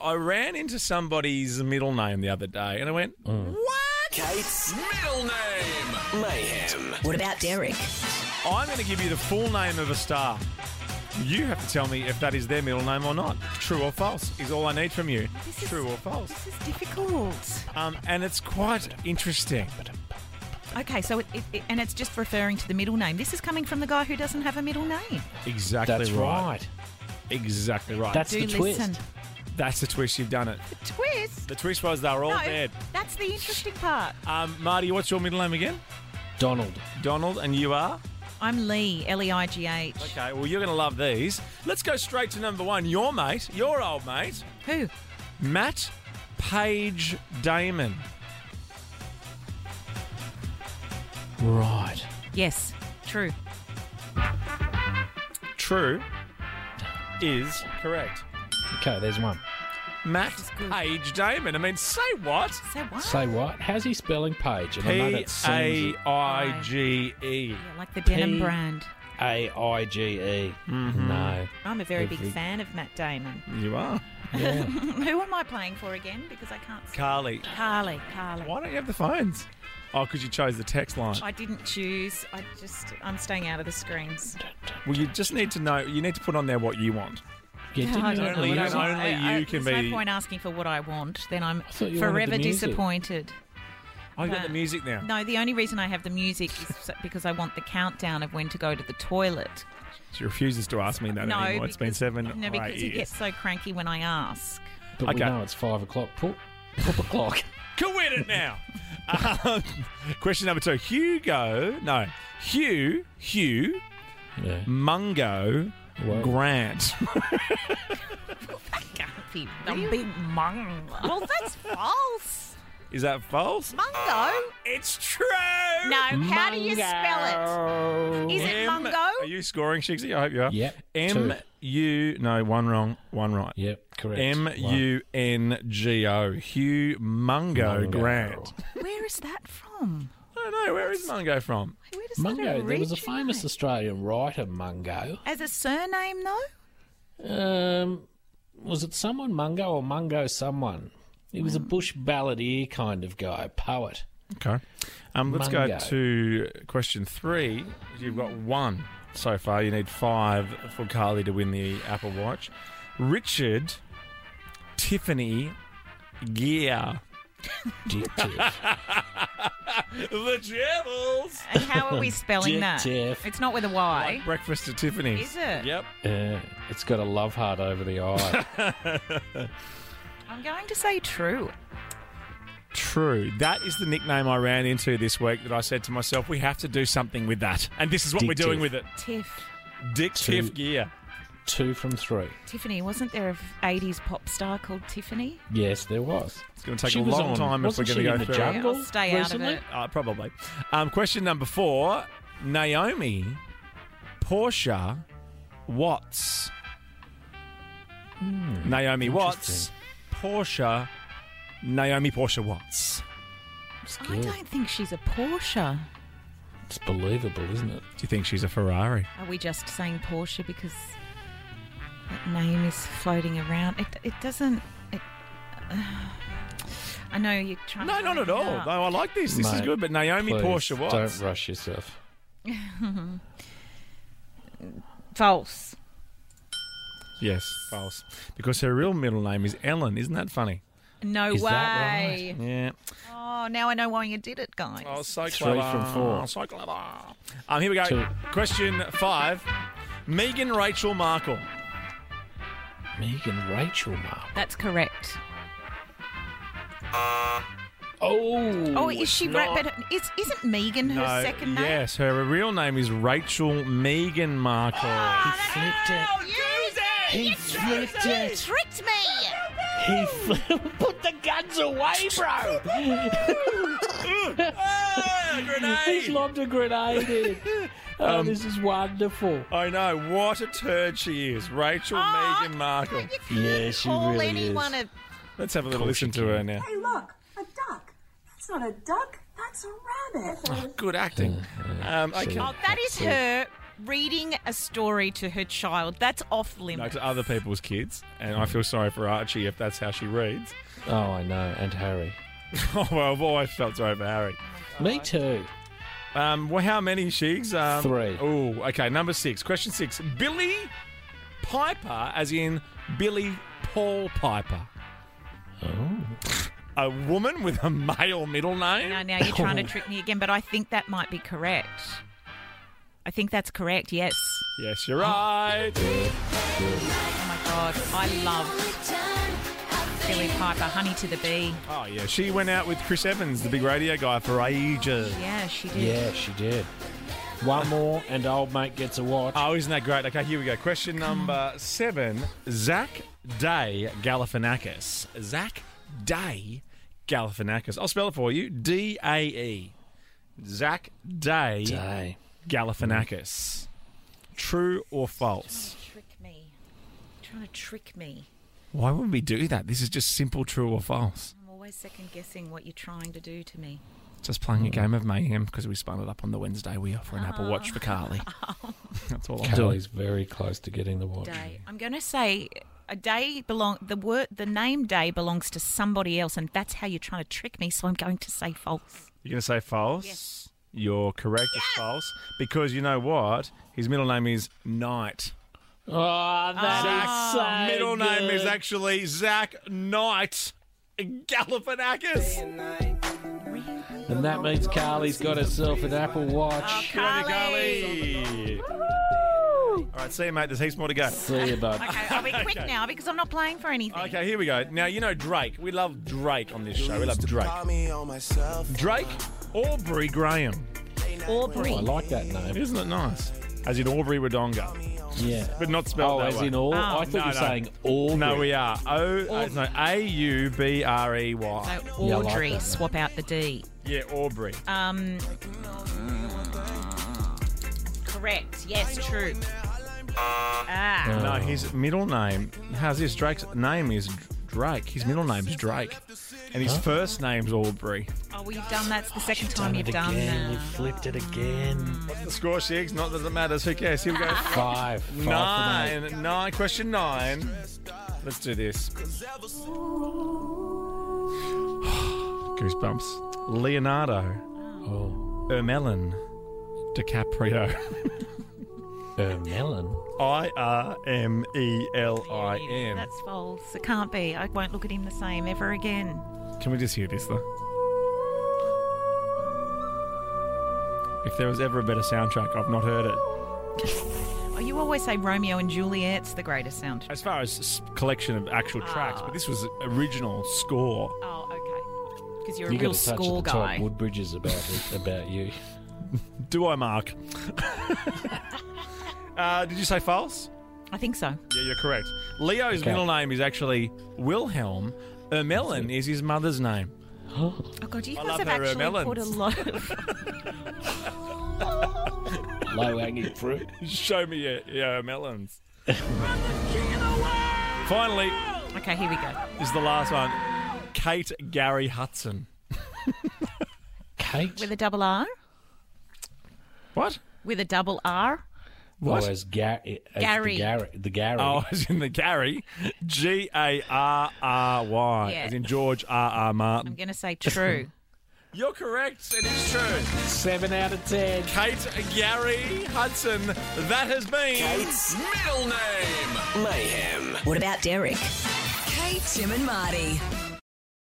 I ran into somebody's middle name the other day and I went, Kate's Middle name! Mayhem. What about Derek? I'm going to give you the full name of a star. You have to tell me if that is their middle name or not. True or false is all I need from you. is- True or false. This is difficult. Um, and it's quite interesting. Okay, so it, it, it- and it's just referring to the middle name. This is coming from the guy who doesn't have a middle name. Exactly That's right. Exactly right. That's Do the listen. twist. That's the twist you've done it. The twist. The twist was they're all no, dead. that's the interesting part. Um, Marty, what's your middle name again? Donald. Donald, and you are? I'm Lee, L E I G H. Okay, well, you're going to love these. Let's go straight to number one. Your mate, your old mate, Who? Matt Page Damon. Right. Yes, true. True is correct. Okay, there's one. Matt This is good. Page Damon. I mean, say what? So what? Say what? How's he spelling Page? And I know P that A seems I G E. Yeah, like the denim P- brand. A I G E. Mm-hmm. No. I'm a very Every- big fan of Matt Damon. You are. Yeah. Who am I playing for again? Because I can't. see. Carly, Carly, Carly. why don't you have the phones? Oh, because you chose the text line. I didn't choose. I just. I'm staying out of the screens. Well, you just need to know, you need to put on there what you want. Yeah, didn't I you- don't Only you- know what I want. only I- I- you can There's be- no point asking for what I want. Then I'm thought you wanted the forever music. disappointed. I Oh, got Uh, the music now. No, the only reason I have the music is so- because I want the countdown of when to go to the toilet. She refuses to ask me that no, anymore. it's been because- seven No, or because eight he years. gets so cranky when I ask. But we Okay. know it's five o'clock. Poop, poop o'clock. Can win it now. um, question number two. Hugo, no, Hugh, Hugh, Yeah. Mungo, Whoa. Grant. Grumpy, grumpy mung. Well, that's false. Is that false? Mungo. It's true. No, how do you spell it? Is it M- mungo? Are you scoring, Shixie? I hope you are. Yep, M two. U. No, one wrong, one right. Yep, correct. M U N G O. Hugh Mungo, Mungo. Grant. Where is that from? I don't know. Where is Mungo from? Where does One. That Mungo. There was a originate? famous Australian writer, Mungo. As a surname, though? Um, was it someone Mungo or Mungo someone? He was a bush balladeer kind of guy, poet. Okay. Um, let's go Mungo. to question three. You've got one so far. You need five for Carly to win the Apple Watch. Richard Tiffany Gear. Addictive. The Jevils. And how are we spelling that? Adjective. It's not with a Y. Breakfast at Tiffany's. Is it? Yep. Uh, it's got a love heart over the eye. I'm going to say true. True. That is the nickname I ran into this week that I said to myself, we have to do something with that. And this is what we're Dick doing Tiff. with it. Tiff. Dick Two. Tiff Gear. Two from three. Tiffany, wasn't there a 80s pop star called Tiffany? Yes, there was. It's going to take She a was long on- time if we're wasn't going to she go in the through jungle? Yeah, I'll stay out recently? of it. Uh, probably. Um, question number four Naomi Portia Watts. Naomi Watts. Hmm, interesting. Portia. Naomi Portia Watts. It's I good. don't think she's a Porsche. It's believable, isn't it? Do you think she's a Ferrari? Are we just saying Porsche because that name is floating around? It, it doesn't. It, uh, I know you're trying. No, to not make at it all. up. No, I like this. This is Mate, good. But Naomi please, Portia Watts. Don't rush yourself. False. Yes, false. Because her real middle name is Ellen. Isn't that funny? No Is way. that Yeah. Oh, now I know why you did it, guys. Oh, so Three clever. Oh, from four. So clever. Um, here we go. Two. Question five. Megan Rachel Markle. Megan Rachel Mark. That's correct. Oh, Oh, is she it's right? not. But is, isn't Megan her No, second name? Uh, Yes, her real name is Rachel Megan Markle. flipped it. Oh, He flipped it. Tricked me. He flipped. Put the guns away, bro. Ah, He's grenade! lobbed a grenade in. Oh, Um, this is wonderful. I know. What a turd she is. Rachel Oh, Megan Markle. You can't Yeah, she call really anyone is. a Let's have a little course listen you to her now. Hey, look, a duck. That's not a duck. That's a rabbit. Good acting. Um, okay. Oh, that is her reading a story to her child, that's off No, limits. to other people's kids, and I feel sorry for Archie if that's how she reads. Oh, I know. And Harry. oh, well, I've always felt sorry for Harry. Me too. Um, well, how many Shigs? Um, Three. Oh, okay. Number six. Question six. Billy Piper, as in Billy Paul Piper. Oh. A woman with a male middle name? Now, now you're trying to trick me again, but I think that might be correct. I think that's correct, yes. Yes, you're right. Oh my god, I love Billy Piper, Honey to the Bee. Oh, yeah. She went out with Chris Evans, the big radio guy, for ages. Yeah, she did. Yeah, she did. One more, and old mate gets a watch. Oh, isn't that great? Okay, here we go. Question number seven. Zach Day Galifianakis. Zach Day Galifianakis. I'll spell it for you. D A E. Zach Day Day. Galifianakis. True or false? Trick me. You're Trying to trick me. Why would we do that? This is just simple true or false. I'm always second guessing what you're trying to do to me. Just playing a game of mayhem because we spun it up on the Wednesday. We offer an Apple Watch for Carly. That's all I'm doing. Carly's very close to getting the watch. Day. I'm going to say a day belong the word the name day belongs to somebody else and that's how you're trying to trick me so I'm going to say false. You're going to say false? Yes. You're correct. It's false. Because you know what? His middle name is Knight. Oh, that's Zach's middle name is actually Zach Knight Galifianakis. And that means Carly's got herself an Apple Watch. Golly. All right, see you, mate. There's heaps more to go. See you, bud. Okay, I'll be quick now because I'm not playing for anything. Okay, here we go. Now, you know Drake. We love Drake on this show. We love Drake. Drake Aubrey Graham. Aubrey. I like that name. Isn't it nice? As in Aubrey Wodonga, Yeah. but not spelled Oh, that as way. in all? Oh. I thought No, you were no. saying all. no, we are. O, uh, no, So A-U-B-R-E-Y. Yeah, I Audrey, like that, yeah. swap out the D. E Yeah, Aubrey. Um, correct. Yes, true. Ah, No, his middle name. How's this? Drake's name is Drake. His middle name's Drake, and his first name's Aubrey. oh, well, you've done that. It's the second time you've done that. flipped it again. What's the score, Shigs? Not that it matters. Who cares? Here we go. Five. Five from eight. nine, nine. Question nine. Let's do this. Goosebumps. Leonardo Oh. Ermelin DiCaprio. Uh, melon. I R M E L I N. That's false. It can't be. I won't look at him the same ever again. Can we just hear this though? If there was ever a better soundtrack, I've not heard it. Oh, you always say Romeo and Juliet's the greatest soundtrack. As far as s- collection of actual tracks, but this was original score. Oh, okay. Because you're a You real got to touch at score the top. guy. Woodbridge is about it, about you. Do I mark? uh, did you say false? I think so. Yeah, you're correct. Leo's Okay. middle name is actually Wilhelm. Ermelin is his mother's name. Oh God, you I guys love have her uh, actually melons. put a lot of Low hanging fruit. Show me your, your Ermelins. Finally, Okay, here we go. is the last one. Kate Gary Hudson. Kate. With a double R. What? With a double R. What? Oh, as Gar- as Gary. The Gary. The Gary. Oh, as in the Gary. G A R R Y. Yeah. As in George R R Martin. I'm going to say true. You're correct. It is true. Seven out of ten. Kate Gary Hudson. That has been. Kate's middle name. Mayhem. What about Derek? Kate, Tim, and Marty.